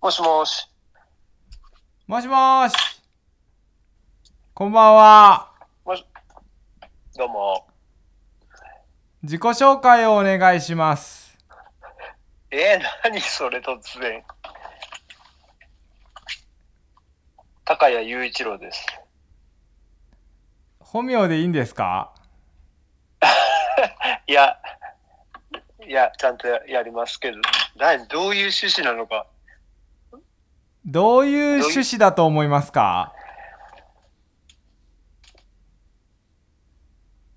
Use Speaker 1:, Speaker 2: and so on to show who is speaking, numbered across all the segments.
Speaker 1: もしもし。
Speaker 2: もしもーし。こんばんは。
Speaker 1: もし、どうも。
Speaker 2: 自己紹介をお願いします。
Speaker 1: えー、何それ突然。高谷雄一郎です。
Speaker 2: 本名でいいんですか
Speaker 1: いや、いや、ちゃんとやりますけど、何、どういう趣旨なのか。
Speaker 2: どういう趣旨だと思いますか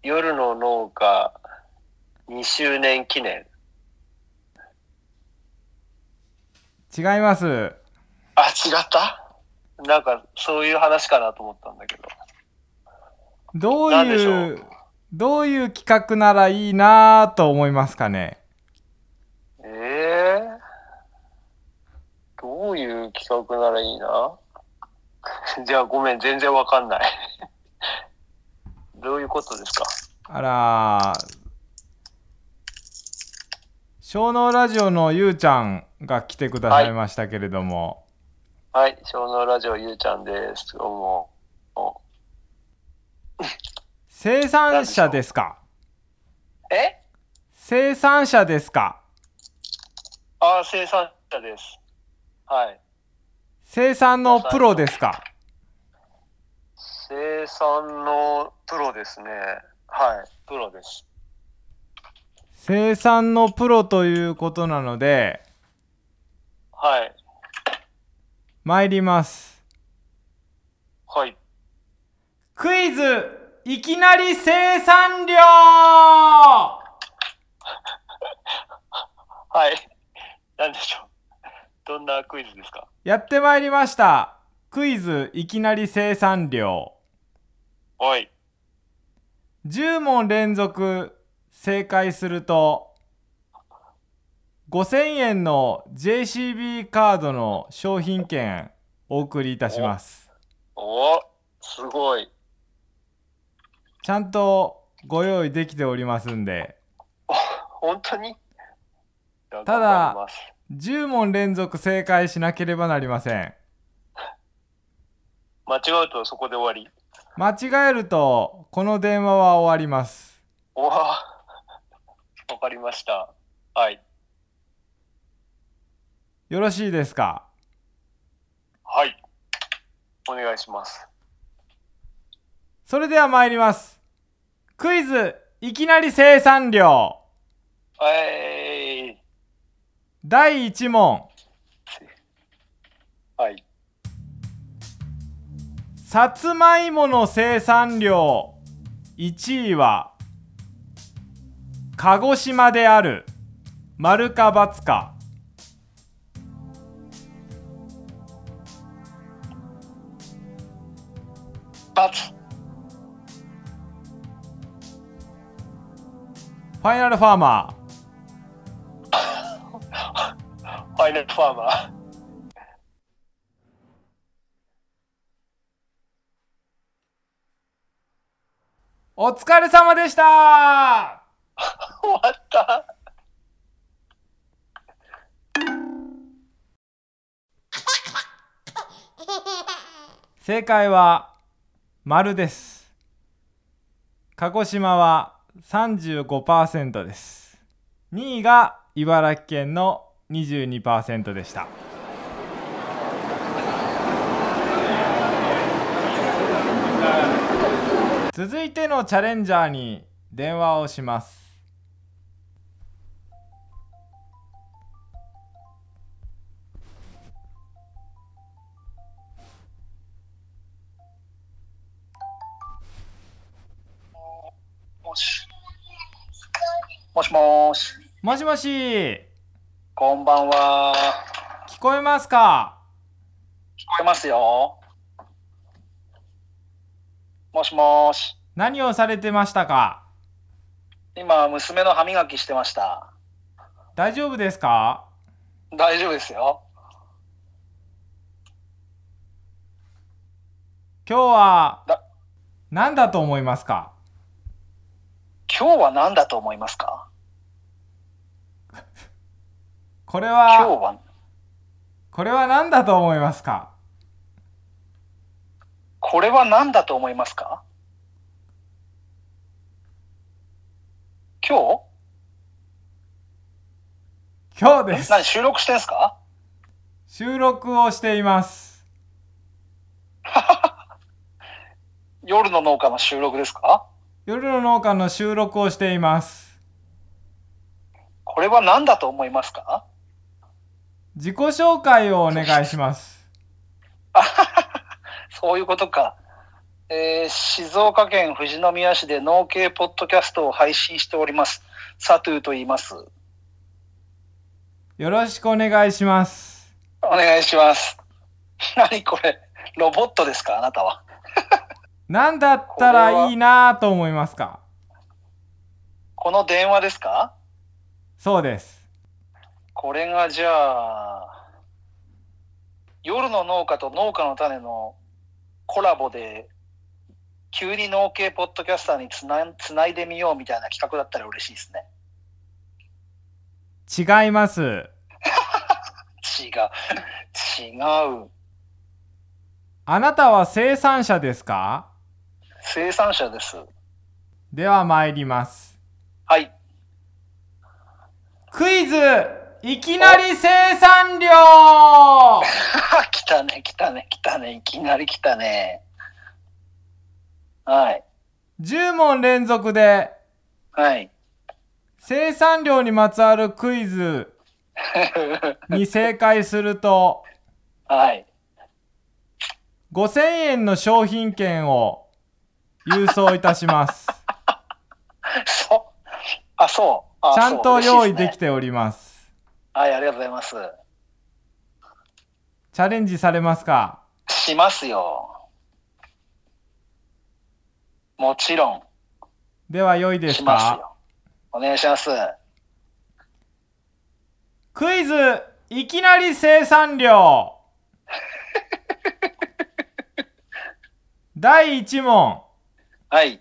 Speaker 1: 夜の農家2周年記念。
Speaker 2: 違います。
Speaker 1: あ、違ったなんか、そういう話かなと思ったんだけど。
Speaker 2: どう
Speaker 1: なんでし
Speaker 2: い
Speaker 1: ょ
Speaker 2: う
Speaker 1: う、
Speaker 2: どういう企画ならいいなぁと思いますかね
Speaker 1: ええどういう企画ならいいな じゃあごめん、全然わかんない。 どういうことですか
Speaker 2: あらー。小脳ラジオのゆうちゃんが来てくださいましたけれども。
Speaker 1: はい、小脳ラジオゆうちゃんです。どうも。お
Speaker 2: 生産者ですか
Speaker 1: え
Speaker 2: 生産者ですか
Speaker 1: あ、生産者です。はい。
Speaker 2: 生産のプロですか
Speaker 1: 生産のプロですね。はい、プロです。
Speaker 2: 生産のプロということなので
Speaker 1: はい、
Speaker 2: 参ります
Speaker 1: はい。
Speaker 2: クイズいきなり生産量
Speaker 1: はい。なんでしょう。どんなクイズですか
Speaker 2: やってまいりましたクイズいきなり生産量
Speaker 1: はい。
Speaker 2: 10問連続正解すると5000円の JCB カードの商品券お送りいたします
Speaker 1: おすごい。
Speaker 2: ちゃんとご用意できておりますんで
Speaker 1: 本当にた
Speaker 2: ただ10問連続正解しなければなりません
Speaker 1: 間違うとそこで終わり
Speaker 2: 間違えるとこの電話は終わります
Speaker 1: おわわかりましたはい
Speaker 2: よろしいですか
Speaker 1: はいお願いします
Speaker 2: それでは参りますクイズいきなり生産量
Speaker 1: えい
Speaker 2: 第1問
Speaker 1: はい
Speaker 2: さつまいもの生産量1位は鹿児島である丸か×か
Speaker 1: バツ
Speaker 2: ファイナルファーマー
Speaker 1: ファイナルファーマー
Speaker 2: お疲れ様でした
Speaker 1: 終わった
Speaker 2: 正解は丸です鹿児島は35%です2位が茨城県の22%でした続いてのチャレンジャーに電話をします
Speaker 1: もしもしもし
Speaker 2: もしもし聞
Speaker 1: こんばんは
Speaker 2: こえますか
Speaker 1: 聞こえますよもしもし
Speaker 2: 何をされてましたか
Speaker 1: 今娘の歯磨きしてました
Speaker 2: 大丈夫ですか
Speaker 1: 大丈夫ですよ
Speaker 2: 今日は
Speaker 1: だ
Speaker 2: 何だと思いますか
Speaker 1: 今日は何だと思いますか
Speaker 2: これ
Speaker 1: 今日
Speaker 2: は
Speaker 1: は
Speaker 2: これは何だと思いますか
Speaker 1: これは何だと思いますか今
Speaker 2: 今日で
Speaker 1: 日
Speaker 2: す
Speaker 1: 何収録してんすか
Speaker 2: 収録をしています
Speaker 1: 夜の農家の収録ですか
Speaker 2: 夜の農家の収録をしています
Speaker 1: これは何だと思いますか
Speaker 2: 自己紹介をお願いします
Speaker 1: そういうことか。えー静岡県富士宮市で農系ポッドキャストを配信しております。サトゥーと言います。
Speaker 2: よろしくお願いします
Speaker 1: お願いします。何これロボットですかあなたは。
Speaker 2: 何だったらいいなぁと思いますか
Speaker 1: この電話ですか
Speaker 2: そうです
Speaker 1: これがじゃあ、夜の農家と農家の種のコラボで、急に農系ポッドキャスターにつなつないでみようみたいな企画だったら嬉しいですね。
Speaker 2: 違います
Speaker 1: 違う。違う。
Speaker 2: あなたは生産者ですか
Speaker 1: 生産者です。
Speaker 2: では参ります
Speaker 1: はい。
Speaker 2: クイズいきなり生産量
Speaker 1: あ、来たね、来たね、来たね。いきなり来たね。はい。
Speaker 2: 10問連続で
Speaker 1: はい。
Speaker 2: 生産量にまつわるクイズに正解すると
Speaker 1: はい。
Speaker 2: 5000円の商品券を郵送いたします。
Speaker 1: そ、あ、そう。あ
Speaker 2: ちゃんと用意で
Speaker 1: て、嬉しいす
Speaker 2: き
Speaker 1: ね
Speaker 2: ております。
Speaker 1: はい、ありがとうございます。
Speaker 2: チャレンジされますか
Speaker 1: しますよ。もちろん、
Speaker 2: では良いです
Speaker 1: します
Speaker 2: か
Speaker 1: よ。お願いします。
Speaker 2: クイズ、いきなり生産量 第1問、
Speaker 1: はい。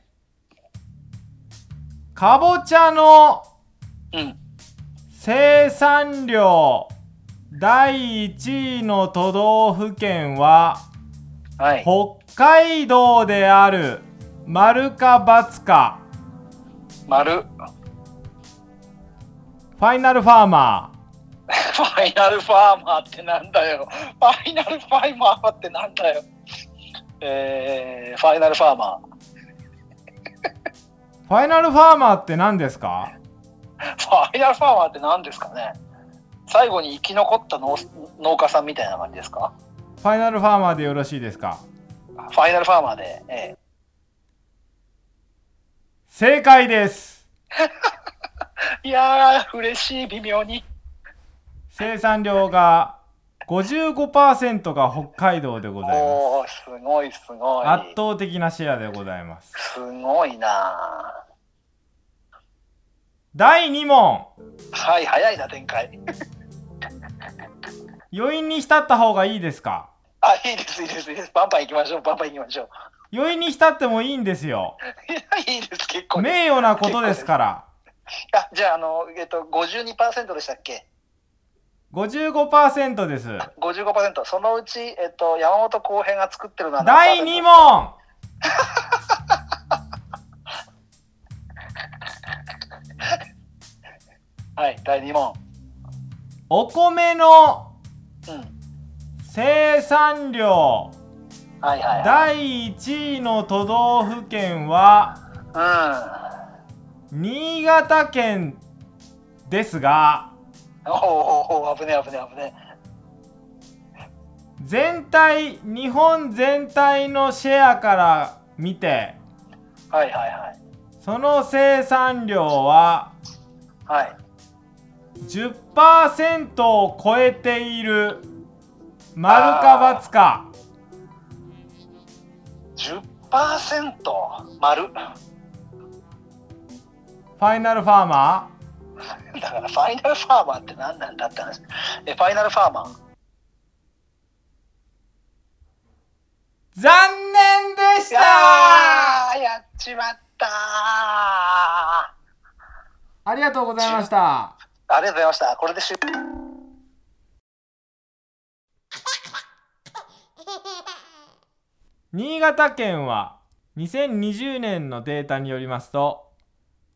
Speaker 2: かぼちゃの
Speaker 1: うん。
Speaker 2: 生産量第1位の都道府県は
Speaker 1: はい。
Speaker 2: 北海道である丸か×か
Speaker 1: 丸。
Speaker 2: ファイナルファーマ
Speaker 1: ファイナルファーマーってなんだよ。ファイナルファイマーってなんだよ。えー、ファイナルファーマ
Speaker 2: ーファイナルファーマーって何ですか
Speaker 1: ー。ファイナルファーマーって何ですかね最後に生き残った農農家さんみたいな感じですか
Speaker 2: ファイナルファーマーでよろしいですか
Speaker 1: ファイナルファーマーで。え
Speaker 2: 正解です
Speaker 1: ーいやー、嬉しい、微妙に。
Speaker 2: 生産量が55%が北海道でございます
Speaker 1: おー、すごい、すごい。
Speaker 2: 圧倒的なシェアでございます
Speaker 1: すごいな
Speaker 2: 第2問
Speaker 1: ぁはい、早いな、展開。
Speaker 2: 余韻に浸った方がいいですか
Speaker 1: あ、いいです、いいです、いいです。バンバン行きましょう、バンバン行きましょう。
Speaker 2: 余韻に浸ってもいいんですよ
Speaker 1: いやいいです、結構です。
Speaker 2: 名誉なことですから
Speaker 1: あじゃあ、あの、えっと、52%でしたっけ
Speaker 2: 55%です
Speaker 1: 55%そのうち、えっと、山本浩平が作ってるのは何
Speaker 2: 第2
Speaker 1: パーセン
Speaker 2: 問
Speaker 1: トはい第2問
Speaker 2: お米の
Speaker 1: うん
Speaker 2: 生産量
Speaker 1: はいはいはい
Speaker 2: 第1位の都道府県は新潟県ですが
Speaker 1: うんおおおお危ねえ危ねえ危ね
Speaker 2: 全体日本全体のシェアから見て
Speaker 1: えはいはいはい
Speaker 2: その生産量は
Speaker 1: はい
Speaker 2: 10%を超えている丸か×か
Speaker 1: 10%丸 だ
Speaker 2: ファイナルファーマー
Speaker 1: からファイナルファーマーって何なんだって話えファイナルファーマー
Speaker 2: 残念でし
Speaker 1: いや
Speaker 2: た
Speaker 1: ーやっちまったーあ
Speaker 2: ありがとうございました
Speaker 1: りがとうございましたこれで終了
Speaker 2: 新潟県は2020年のデータによりますと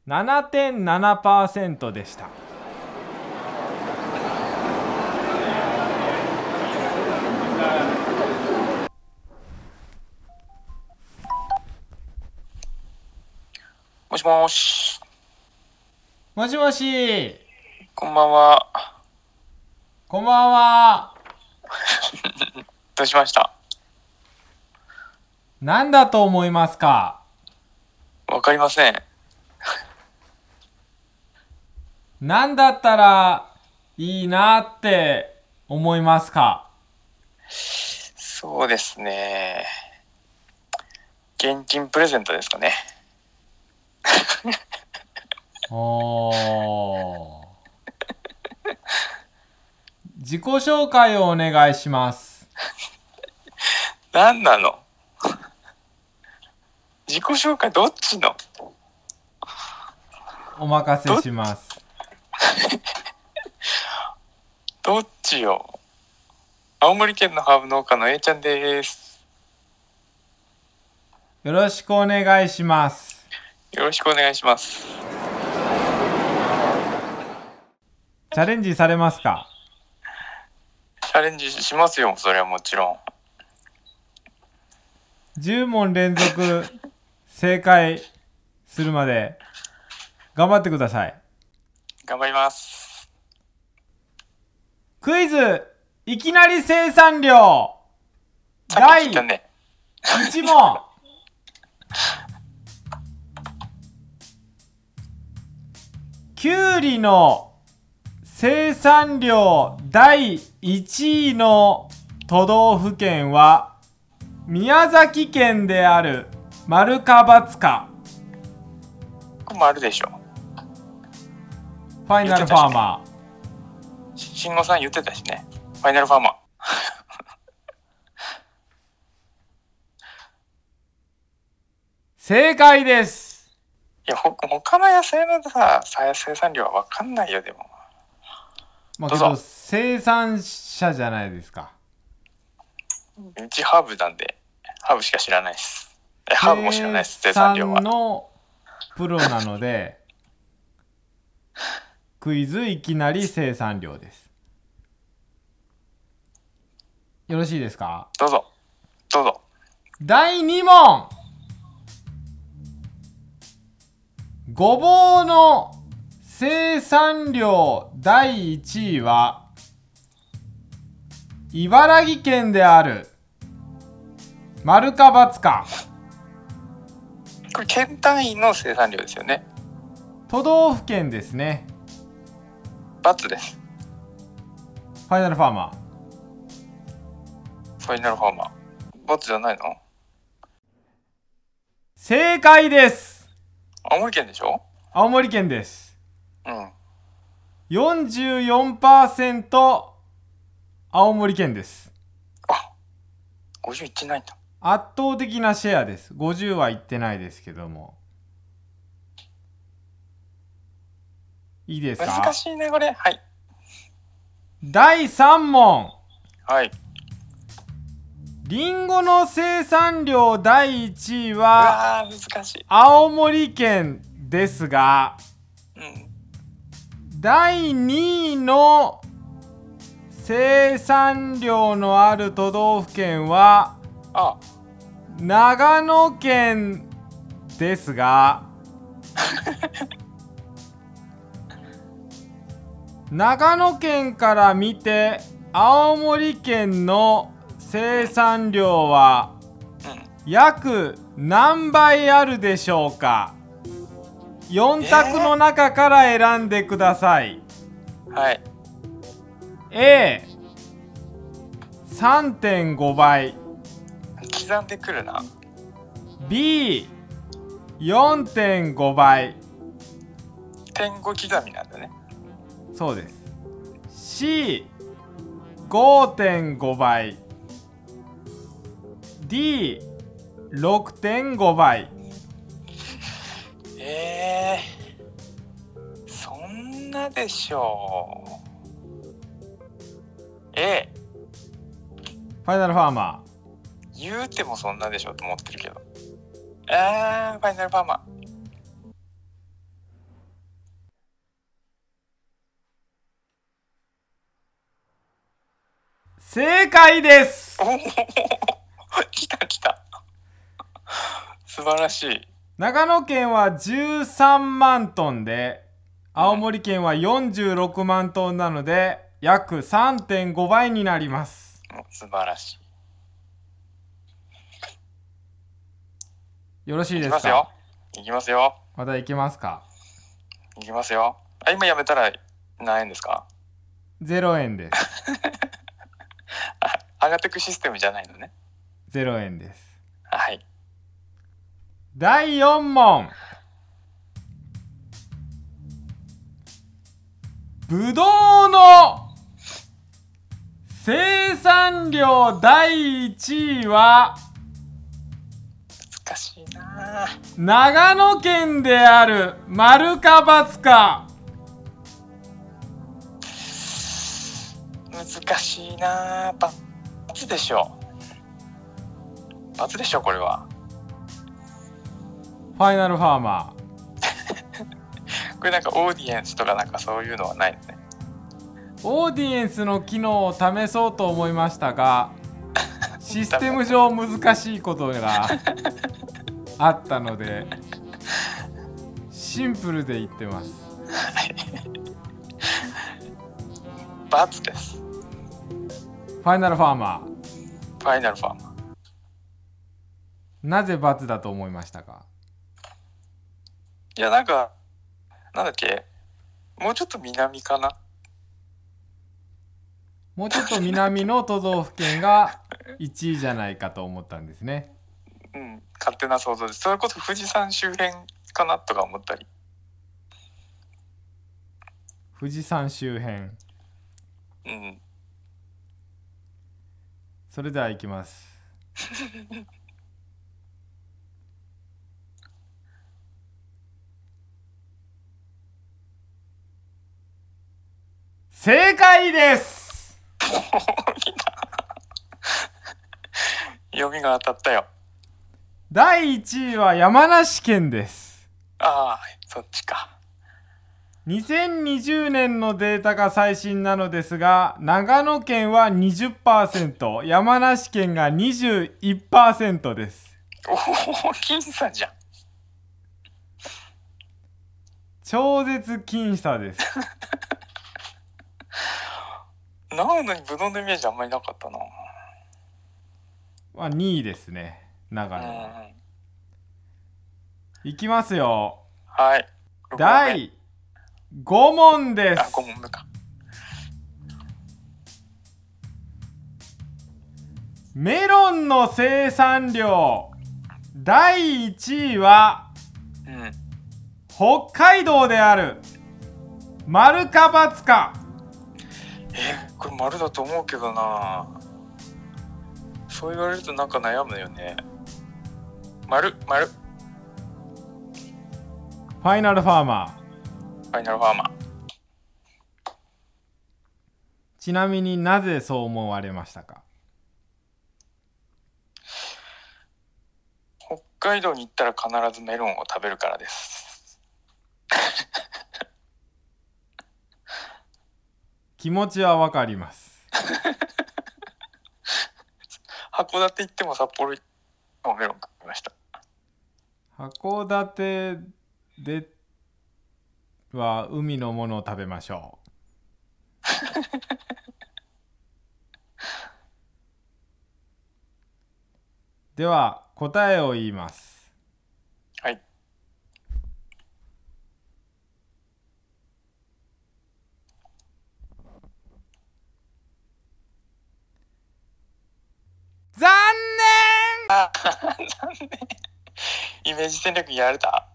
Speaker 2: 7.7%でした
Speaker 3: もしもーし、
Speaker 2: もしもし
Speaker 3: こんばんは。
Speaker 2: こんばんは
Speaker 3: どうしました
Speaker 2: 何だと思いますか
Speaker 3: わかりません。
Speaker 2: 何だったらいいなって思いますか
Speaker 3: そうですね。現金プレゼントですかね。
Speaker 2: おー自己紹介をお願いします
Speaker 3: 何なの 自己紹介どっちの
Speaker 2: お任せします
Speaker 3: どっちよ青森県のハーブ農家の A ちゃんです。
Speaker 2: よろしくお願いします
Speaker 3: よろしくお願いします。
Speaker 2: チャレンジされますか
Speaker 3: チャレンジしますよ、それはもちろん。
Speaker 2: 10問連続正解するまで頑張ってください
Speaker 3: 頑張ります。
Speaker 2: クイズいきなり生産量
Speaker 3: さっき聞
Speaker 2: 第
Speaker 3: いたね。
Speaker 2: 1問きゅうりの生産量第1位の都道府県は宮崎県である丸か×か
Speaker 3: これもあるでしょ。
Speaker 2: ファイナルファーマー
Speaker 3: し慎吾さん言ってたしね。ファイナルファーマー。
Speaker 2: 正解です
Speaker 3: いや、ほ他の野菜のさ、再生産量はわかんないよ、でも。
Speaker 2: まあ、け
Speaker 3: どうぞ
Speaker 2: ど生産者じゃないですか
Speaker 3: うちハーブなんで、ハーブしか知らないです。えハーブも知らないです、生産量は
Speaker 2: 生。産のプロなの でクイズいきなり生産量ですよろしいですか
Speaker 3: どうぞ。どうぞ。
Speaker 2: 第2問ごぼうの生産量第1位は茨城県である丸か×か
Speaker 3: これ、県単位の生産量ですよね。
Speaker 2: 都道府県ですね
Speaker 3: バツです。
Speaker 2: ファイナルファーマー
Speaker 3: ファイナルファーマー。バツじゃないの
Speaker 2: 正解です
Speaker 3: 青森県でしょ
Speaker 2: 青森県です
Speaker 3: うん。
Speaker 2: 44%青森県です
Speaker 3: 50いってないんだ。
Speaker 2: 圧倒的なシェアです50はいってないですけどもいいですか
Speaker 3: 難しいね、これ。はい。
Speaker 2: 第3問
Speaker 3: はい。
Speaker 2: りんごの生産量第1位
Speaker 3: う
Speaker 2: は
Speaker 3: わー、難しい。
Speaker 2: 青森県ですが
Speaker 3: うん。
Speaker 2: 第2位の生産量のある都道府県は
Speaker 3: あ、
Speaker 2: 長野県ですが長野県から見て青森県の生産量は
Speaker 3: う
Speaker 2: 約何倍あるでしょうか4択の中から選んでください、
Speaker 3: ん。はい。
Speaker 2: A 3.5倍
Speaker 3: 刻んでくるな。
Speaker 2: B 4.5倍
Speaker 3: 点5刻みなんだね。
Speaker 2: そうです C 5.5倍 D 6.5倍
Speaker 3: えー、そんなでしょう。え
Speaker 2: ファイナルファーマ
Speaker 3: ー、言うてもそんなでしょと思ってるけど。あー、ファイナルパーマ。
Speaker 2: 正解です
Speaker 3: おお来た来た。素晴らしい。
Speaker 2: 長野県は13万トンで青森県は46万トンなので約3.5倍になります
Speaker 3: もう素晴らしい。
Speaker 2: よろしい
Speaker 3: いき
Speaker 2: です
Speaker 3: ます
Speaker 2: か
Speaker 3: よ。いきますよ。
Speaker 2: また行きますか
Speaker 3: いきますよ。あ、今やめたら何円ですか
Speaker 2: 0円です
Speaker 3: あ上がってくシステムじゃないのね。
Speaker 2: 0円です
Speaker 3: はい。
Speaker 2: 第4問ぶどうの生産量第1位は
Speaker 3: 難しいなぁ
Speaker 2: 長野県である丸か×か
Speaker 3: 難しいなぁバツでしょ。バツでしょ、これは。
Speaker 2: ファイナルファーマー
Speaker 3: これなんかオーディエンスとかなんかそういうのはないのね。
Speaker 2: オーディエンスの機能を試そうと思いましたがシステム上難しいことがあったのでシンプルで言ってます
Speaker 3: バツです。フ
Speaker 2: ファイナルファーマー
Speaker 3: ァイナルファーマー。
Speaker 2: なぜ×だと思いましたか
Speaker 3: いや、なんか、なんだっけ、もうちょっと南かな。
Speaker 2: もうちょっと南の都道府県が1位じゃないかと思ったんですね
Speaker 3: うん、勝手な想像です。それこそ富士山周辺かなとか思ったり。
Speaker 2: 富士山周辺
Speaker 3: うん。
Speaker 2: それではいきます正解です
Speaker 3: 読みが当たったよ。
Speaker 2: 第1位は山梨県です
Speaker 3: ああ、そっちか。
Speaker 2: 2020年のデータが最新なのですが長野県は20%山梨県が21%です
Speaker 3: おお、僅差じゃん。
Speaker 2: 超絶僅差です
Speaker 3: 長野にブドウのイメージあんまりなかったな。
Speaker 2: まあ2位ですね長野は
Speaker 3: うん。
Speaker 2: いきますよ
Speaker 3: はい。
Speaker 2: 第5問で
Speaker 3: あ、
Speaker 2: す
Speaker 3: 五問目か。
Speaker 2: メロンの生産量第1位は
Speaker 3: うん。
Speaker 2: 北海道である丸か×か
Speaker 3: えー、これ丸だと思うけどな。そう言われるとなんか悩むよね。丸、丸、フ
Speaker 2: ファイナルファーマー
Speaker 3: ァイナルファーマー。
Speaker 2: ちなみになぜそう思われましたか
Speaker 3: 北海道に行ったら必ずメロンを食べるからです。
Speaker 2: 気持ちはわかります
Speaker 3: 函館行っても札幌行ってもメロン食いました。
Speaker 2: 函館では海のものを食べまし ょうでは答えを言います
Speaker 3: はい。
Speaker 2: 残念
Speaker 3: イメージ戦略やられた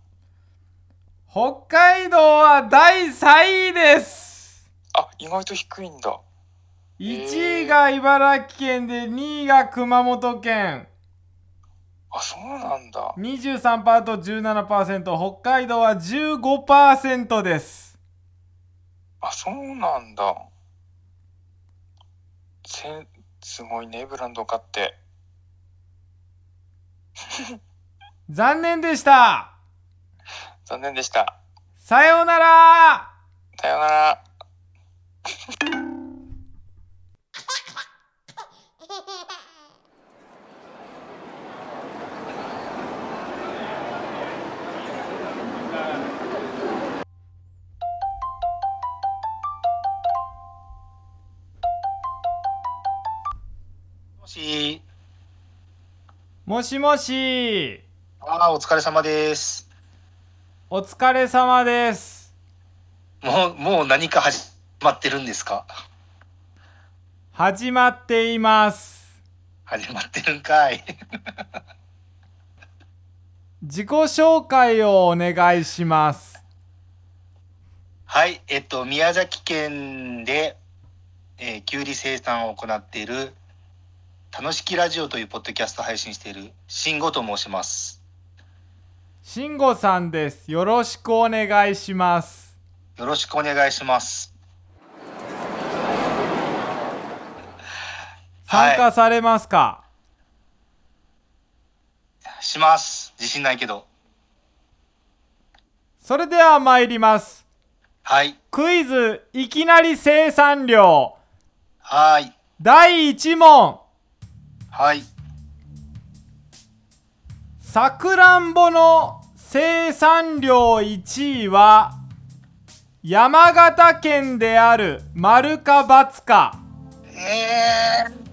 Speaker 2: 北海道は第3位です
Speaker 3: あ、意外と低いんだ。
Speaker 2: 1位が茨城県で2位が熊本県
Speaker 3: あ、そうなんだ。
Speaker 2: 23%と17%北海道は15%です
Speaker 3: あ、そうなんだ。せん、すごいね、ブランド買って。
Speaker 2: 残念でした
Speaker 3: 残念でした。
Speaker 2: さようなら
Speaker 3: さようなら。
Speaker 1: もし、
Speaker 2: もしもし
Speaker 1: ああ、お疲れ様です。
Speaker 2: お疲れ様です
Speaker 1: もう、もう何か始まってるんですか
Speaker 2: 始まっています
Speaker 1: 始まってるんかい。
Speaker 2: 自己紹介をお願いします
Speaker 1: はい、えっと、宮崎県で、えー、きゅうり生産を行っている、楽しきラジオというポッドキャストを配信している、慎吾と申します。
Speaker 2: 慎吾さんですよろしくお願いします
Speaker 1: よろしくお願いします。はい
Speaker 2: 参加されますか、
Speaker 1: します。自信ないけど。
Speaker 2: それでは参ります
Speaker 1: はい、
Speaker 2: クイズいきなり生産量
Speaker 1: はーい、
Speaker 2: 第1問
Speaker 1: はい。
Speaker 2: さくらんぼの生産量1位は山形県である丸か×か
Speaker 1: えー。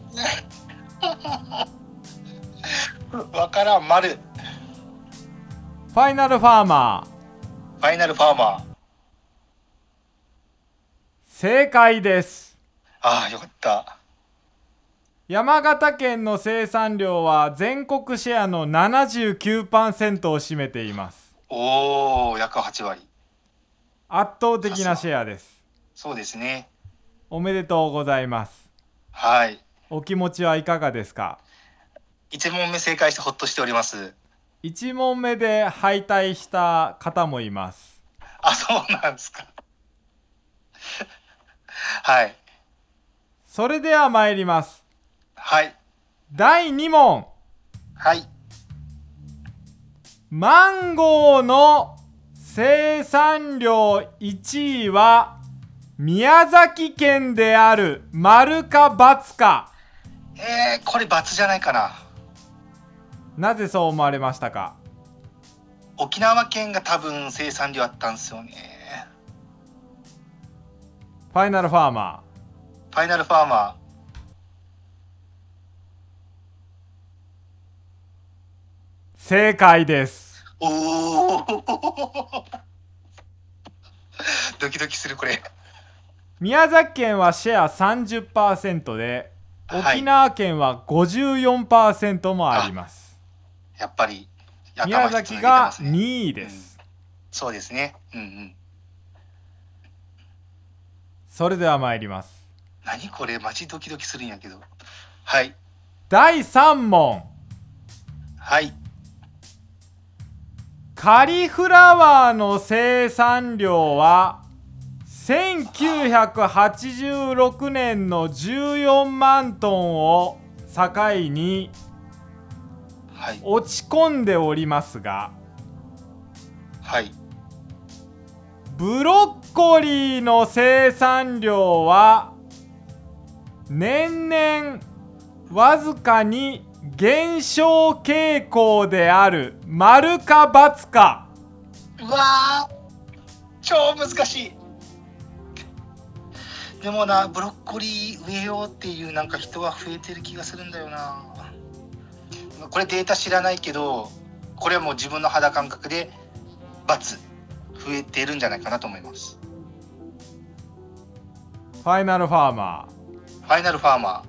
Speaker 1: わからん、丸。フ
Speaker 2: ファイナルファーマー
Speaker 1: ァイナルファーマー。
Speaker 2: 正解です
Speaker 1: ああ、よかった。
Speaker 2: 山形県の生産量は全国シェアの79%を占めています
Speaker 1: おお、約8割。
Speaker 2: 圧倒的なシェアです
Speaker 1: そうですね。
Speaker 2: おめでとうございます
Speaker 1: はい。
Speaker 2: お気持ちはいかがですか
Speaker 1: 一問目正解してほっとしております。
Speaker 2: 1問目で敗退した方もいます
Speaker 1: あ、そうなんですか。はい。
Speaker 2: それでは参ります
Speaker 1: はい。
Speaker 2: 第2問
Speaker 1: はい。
Speaker 2: マンゴーの生産量1位は宮崎県である丸か×か
Speaker 1: えー、これ罰じゃないかな。
Speaker 2: なぜそう思われましたか
Speaker 1: 沖縄県が多分生産量あったんですよね。
Speaker 2: ファイナルファーマ
Speaker 1: ファイナルファーマ
Speaker 2: ー正解です
Speaker 1: ー。おお。ドキドキするこれ。
Speaker 2: 宮崎県はシェア30%で
Speaker 1: はい
Speaker 2: 沖縄県は54%もあります、
Speaker 1: やっぱり。
Speaker 2: 宮崎が
Speaker 1: 頭一つ抜けてますね
Speaker 2: 2位です、
Speaker 1: そうですね。うんうん。
Speaker 2: それでは参ります
Speaker 1: 何これマジドキドキするんやけど。はい。
Speaker 2: 第3問
Speaker 1: はい。
Speaker 2: カリフラワーの生産量は1986年の14万トンを境に
Speaker 1: はい。
Speaker 2: 落ち込んでおりますが
Speaker 1: はい。
Speaker 2: ブロッコリーの生産量は年々わずかに減少傾向である丸か×か
Speaker 1: うわー超難しいでもなブロッコリー植えようっていうなんか人は増えてる気がするんだよなこれデータ知らないけどこれはもう自分の肌感覚で×増えてるんじゃないかなと思います
Speaker 2: ファイナルファーマー
Speaker 1: ファイナルファーマ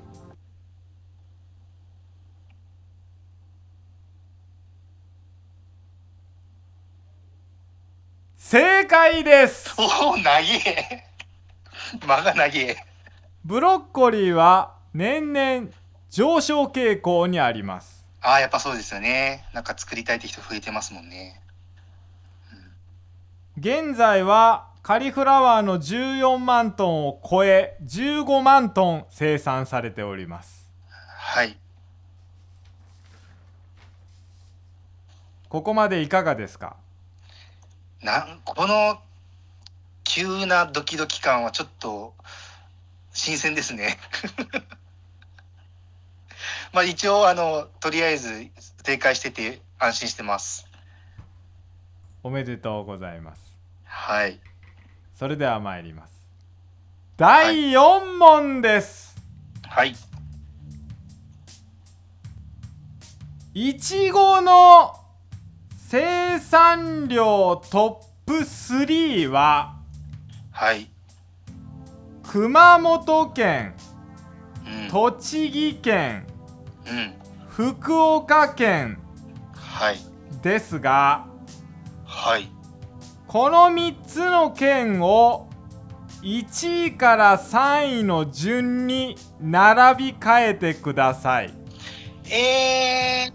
Speaker 2: 正解です
Speaker 1: ーおお投げ間が投げ
Speaker 2: ブロッコリーは年々上昇傾向にあります
Speaker 1: ああやっぱそうですよねなんか作りたいって人増えてますもんね
Speaker 2: 現在はカリフラワーの14万トンを超え15万トン生産されております
Speaker 1: はい
Speaker 2: ここまでいかがですか
Speaker 4: なんこの急なドキドキ感はちょっと新鮮ですね。 まあ一応あのとりあえず正解してて安心してます。
Speaker 2: おめでとうございます
Speaker 4: はい。
Speaker 2: それでは参ります第4問です、
Speaker 4: はい。
Speaker 2: いちごの生産量トップ3は
Speaker 4: はい。
Speaker 2: 熊本県
Speaker 4: うん。
Speaker 2: 栃木県
Speaker 4: うん。
Speaker 2: 福岡県
Speaker 4: はい。
Speaker 2: ですが
Speaker 4: はい。
Speaker 2: この3つの県を1位から3位の順に並び替えてください
Speaker 4: ええ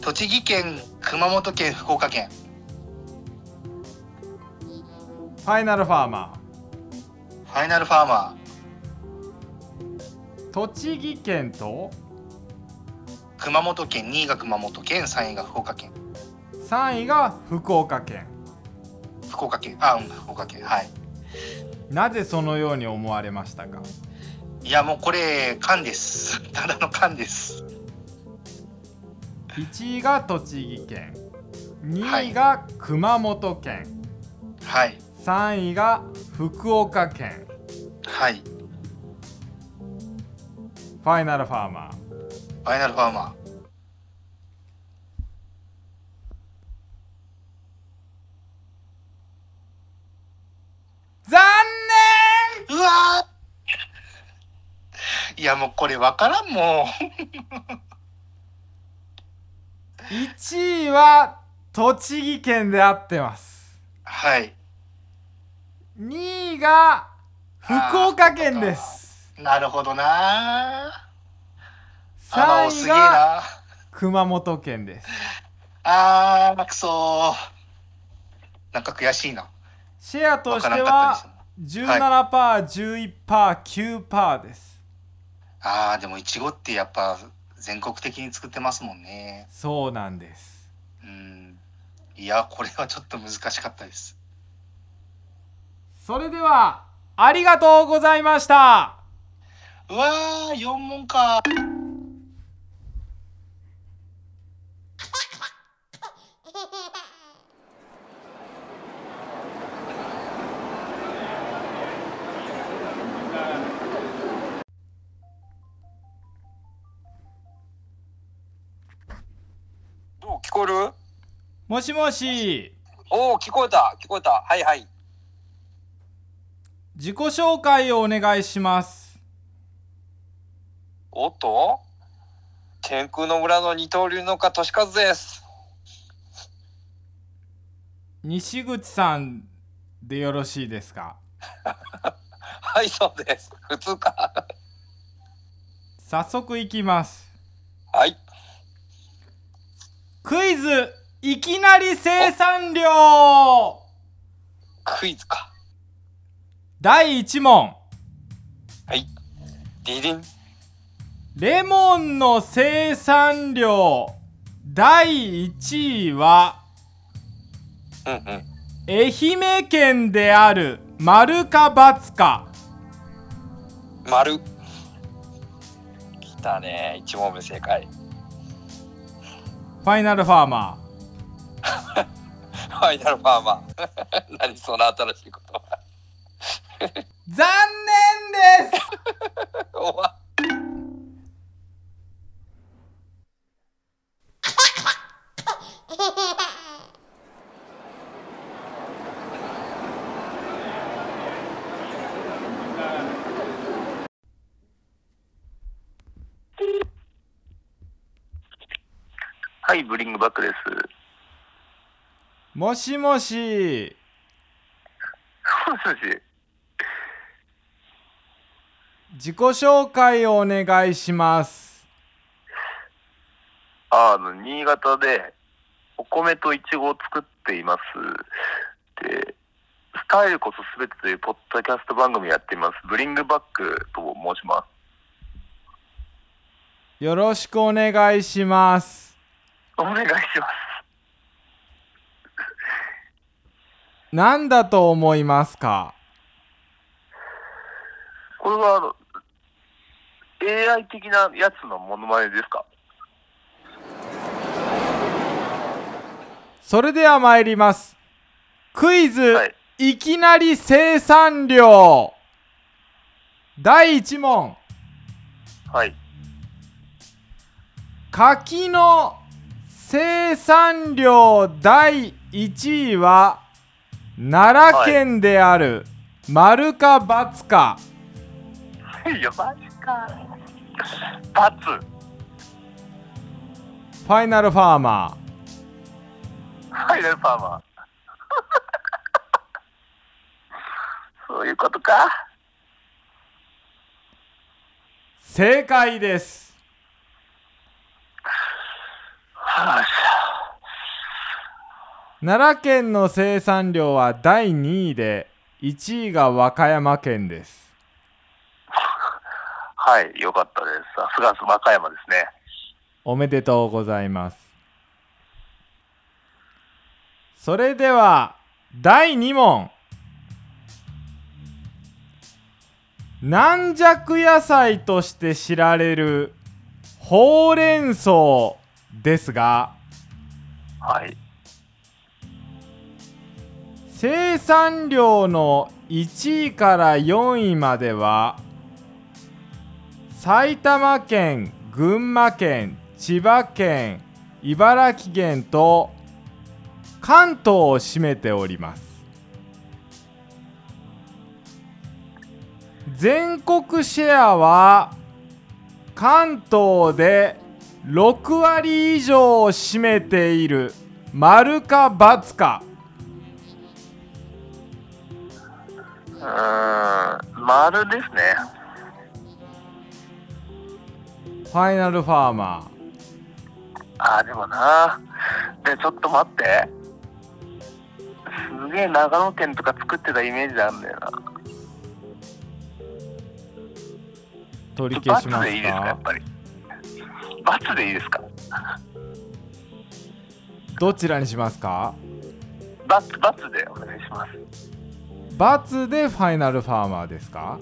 Speaker 4: 栃木県、熊本県、福岡県。
Speaker 2: ファイナルファーマ
Speaker 4: ファイナルファーマ
Speaker 2: ー
Speaker 4: ー、
Speaker 2: 栃木県と
Speaker 4: 熊本県、2位が熊本県、3位が福岡県。
Speaker 2: 3位が福岡県
Speaker 4: 福岡県、あ、うん、福岡県、はい。
Speaker 2: なぜそのように思われましたか
Speaker 4: いや、もうこれ、缶です。 ただの缶です。
Speaker 2: 1位が栃木県2位が熊本県、
Speaker 4: はい。
Speaker 2: 3位が福岡県
Speaker 4: はい。フ
Speaker 2: ファイナルファーマー
Speaker 4: ァイナルファーマ
Speaker 2: 残
Speaker 4: ー。うわーい や、もうこれ、わからん、も
Speaker 2: 念1位は栃木県で合ってます
Speaker 4: う。はい。
Speaker 2: 2位が福岡県です
Speaker 4: なるほどなー。あのす
Speaker 2: 3位
Speaker 4: げえ
Speaker 2: が
Speaker 4: な。
Speaker 2: 熊本県です
Speaker 4: あー、くそー。なんか悔しいな。
Speaker 2: シェアとして
Speaker 4: わからんかった
Speaker 2: は
Speaker 4: です
Speaker 2: 17パー11パー9パーです
Speaker 4: あー、でもいちごってやっぱ全国的に作ってますもんね。
Speaker 2: そうなんです
Speaker 4: うん。いや、これはちょっと難しかったです。
Speaker 2: それではありがとうございました
Speaker 4: うわー、4問か。
Speaker 3: どう聞こえる
Speaker 2: もしもし
Speaker 3: おお、聞こえた、聞こえた。はいはい。
Speaker 2: 自己紹介をお願いします
Speaker 3: おっと天空の村の二刀流の家、としかずです。
Speaker 2: 西口さんでよろしいですか
Speaker 3: はい、そうです。普通か。
Speaker 2: 早速いきます
Speaker 3: はい。
Speaker 2: クイズいきなり生産量
Speaker 3: クイズか。
Speaker 2: 第1問
Speaker 3: はい。ディディン。
Speaker 2: レモンの生産量第1位は
Speaker 3: うんうん。
Speaker 2: 愛媛県である丸か×か
Speaker 3: 丸。きたね。一問目正解。
Speaker 2: ファイナルファーマ
Speaker 3: ファイナルファーマー。 何その新しいこと は。
Speaker 2: ー残念です
Speaker 3: おわ
Speaker 5: はい、ブリングバックです。
Speaker 2: もしもし
Speaker 5: もしもし、
Speaker 2: 自己紹介をお願いします
Speaker 5: あの、新潟でお米とイチゴを作っています。で、スタイルこそ全てというポッドキャスト番組やっています。ブリングバックと申します。
Speaker 2: よろしくお願いします
Speaker 5: お願いします。
Speaker 2: 何だと思いますか
Speaker 5: これはあの、AI 的なやつのモノマネですか
Speaker 2: それでは参りますクイズ、
Speaker 5: はい
Speaker 2: い、きなり生産量第1問
Speaker 5: はい。
Speaker 2: 柿の生産量第1位は奈良県である、丸か×か
Speaker 5: いや、マジか。パツ。
Speaker 2: ファイナルファーマー
Speaker 5: ファイナルパーマー。 そういうことか。
Speaker 2: 正解です
Speaker 5: はあ、
Speaker 2: 奈良県の生産量は第2位で1位が和歌山県です
Speaker 5: はい、よかったです。さすが和歌山ですね。
Speaker 2: おめでとうございますそれでは第2問軟弱野菜として知られるほうれん草ですが
Speaker 5: はい。
Speaker 2: 生産量の1位から4位までは埼玉県群馬県千葉県茨城県と関東を占めております全国シェアは関東で6割以上を占めている丸か×か
Speaker 5: うーん、丸ですね。
Speaker 2: ファイナルファーマー
Speaker 5: あー、でもな。で、ちょっと待って。すげえ長野県とか作ってたイメージなんだよな。
Speaker 2: 取り消し
Speaker 5: 罰
Speaker 2: ます
Speaker 5: でいいですか、
Speaker 2: か
Speaker 5: やっぱり。罰でいいですか。
Speaker 2: どちらにしますか
Speaker 5: 罰、罰でお願いします。
Speaker 2: ×でファイナルファーマーですか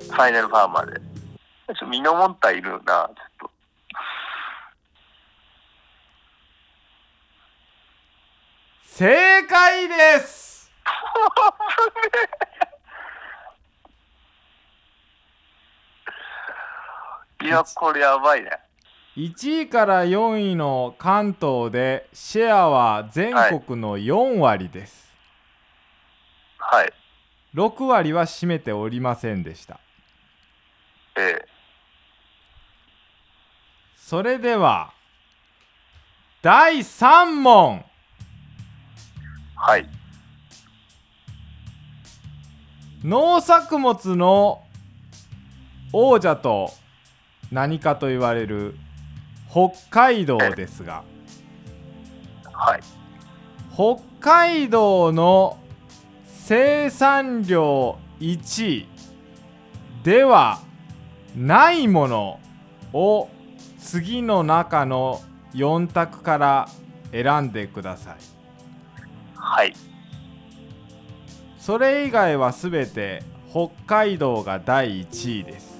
Speaker 5: ファイナルファーマーで。ちょっと身のもったいるな、ちょっ
Speaker 2: 正解です
Speaker 5: と。いや、これやばいね。
Speaker 2: 1位から4位の関東でシェアは全国の4割です、
Speaker 5: はい。
Speaker 2: 6割は占めておりませんでした
Speaker 5: ええ
Speaker 2: それでは第3問
Speaker 5: はい。
Speaker 2: 農作物の王者と何かと言われる北海道ですが
Speaker 5: はい。
Speaker 2: 北海道の生産量1位ではないものを次の中の4択から選んでください
Speaker 5: はい。
Speaker 2: それ以外は全て北海道が第1位です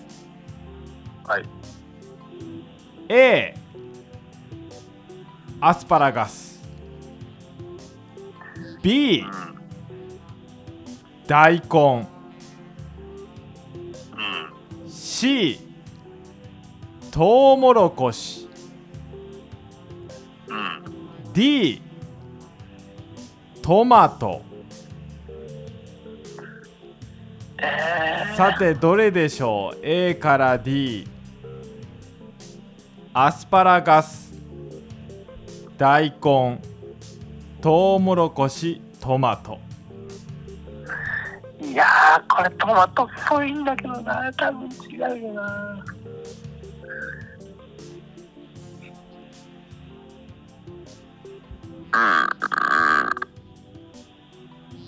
Speaker 5: はい。
Speaker 2: A アスパラガス B
Speaker 5: うん。
Speaker 2: 大根
Speaker 5: うん。
Speaker 2: C トウモロコシ
Speaker 5: うん。
Speaker 2: D トマト
Speaker 5: え
Speaker 2: さてどれでしょう A から D アスパラガス大根トウモロコシトマト
Speaker 5: えいやー、これトマトっぽいんだけどな。多分違うよな。う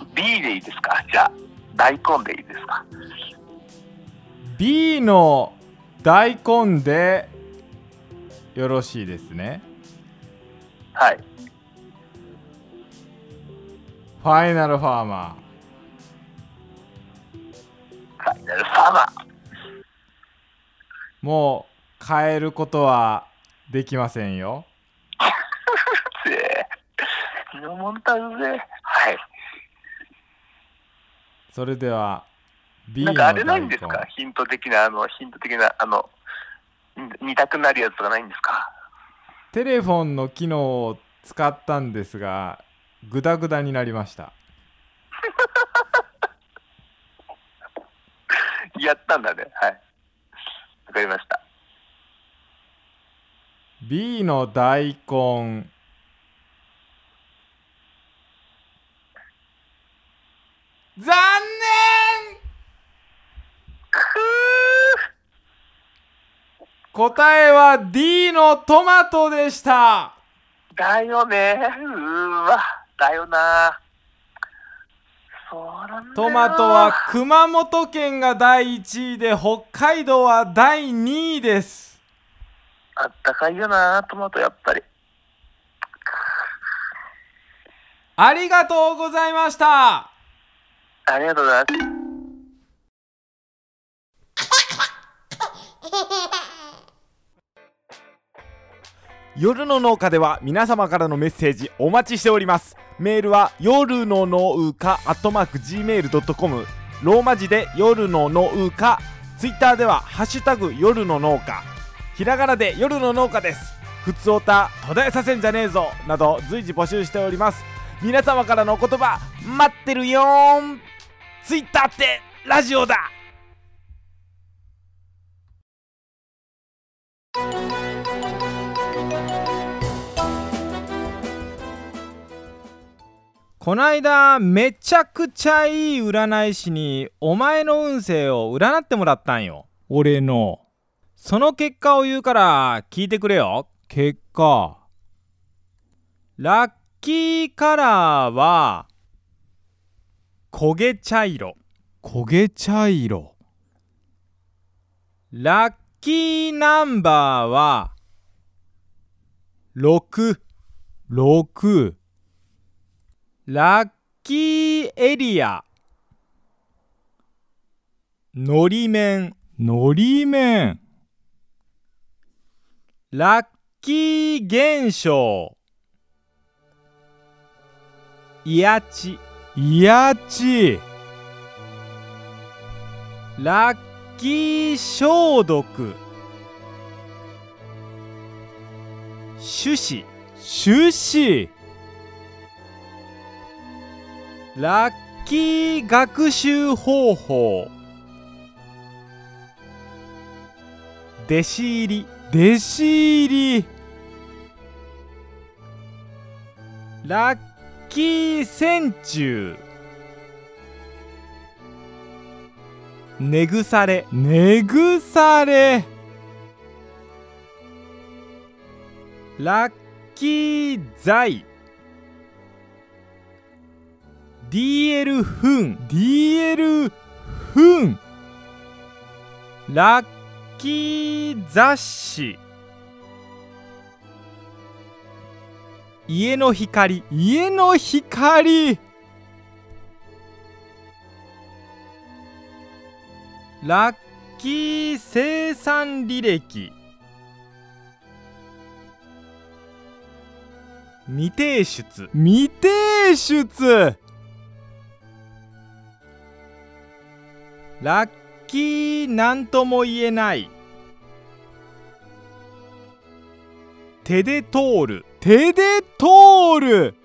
Speaker 5: ん B でいいですかじゃあ大根でいいですか
Speaker 2: B の大根でよろしいですね
Speaker 5: はい。
Speaker 2: ファイナルファーマ
Speaker 5: ファイナルファーマー。
Speaker 2: ーもう変えることはできませんよ
Speaker 5: ぜえ。身のもんたるぜ。はい。
Speaker 2: それでは B の
Speaker 5: なんかあ
Speaker 2: 大
Speaker 5: れ
Speaker 2: 根
Speaker 5: ないんですかヒント的な、あの、ヒント的な、あの、ん見たくなるやつがないんですか
Speaker 2: テレフォンの機能を使ったんですがグダグダになりました
Speaker 5: やったんだね。はい。わかりました。
Speaker 2: B の大根残念答えは D のトマトでした
Speaker 5: だよね。うーわ。だよな。そうなんだよ
Speaker 2: トマトは熊本県が第1位で北海道は第2位です
Speaker 5: あったかいよな、トマトやっぱり。
Speaker 2: ありがとうございました
Speaker 5: ありがとうございます。
Speaker 2: 夜の農家では皆様からのメッセージお待ちしておりますメールは夜の農家アットマーク Gmail.com ローマ字で夜の農家ツイッターではハッシュタグ夜の農家ひらがなで夜の農家ですふつおた途絶えさせんじゃねえぞなど随時募集しております皆様からのお言葉待ってるよーんツイッターってラジオだこないだめちゃくちゃいい占い師にお前の運勢を占ってもらったんよ俺のその結果を言うから聞いてくれよ結果ラッキーカラーは焦げ茶色焦げ茶色ラッキーナンバーは6 6ラッキーエリアのり面のり面ラッキー現象いやちいやちラッキー消毒種子種子ラッキー学習方法弟子入り弟子入りラッキー戦中寝腐れ寝腐れラッキー財 DL フン DL フンラッキー雑誌家の光家の光ラッキー生産履歴未提出未提出ラッキーなんとも言えない手で通る手で通る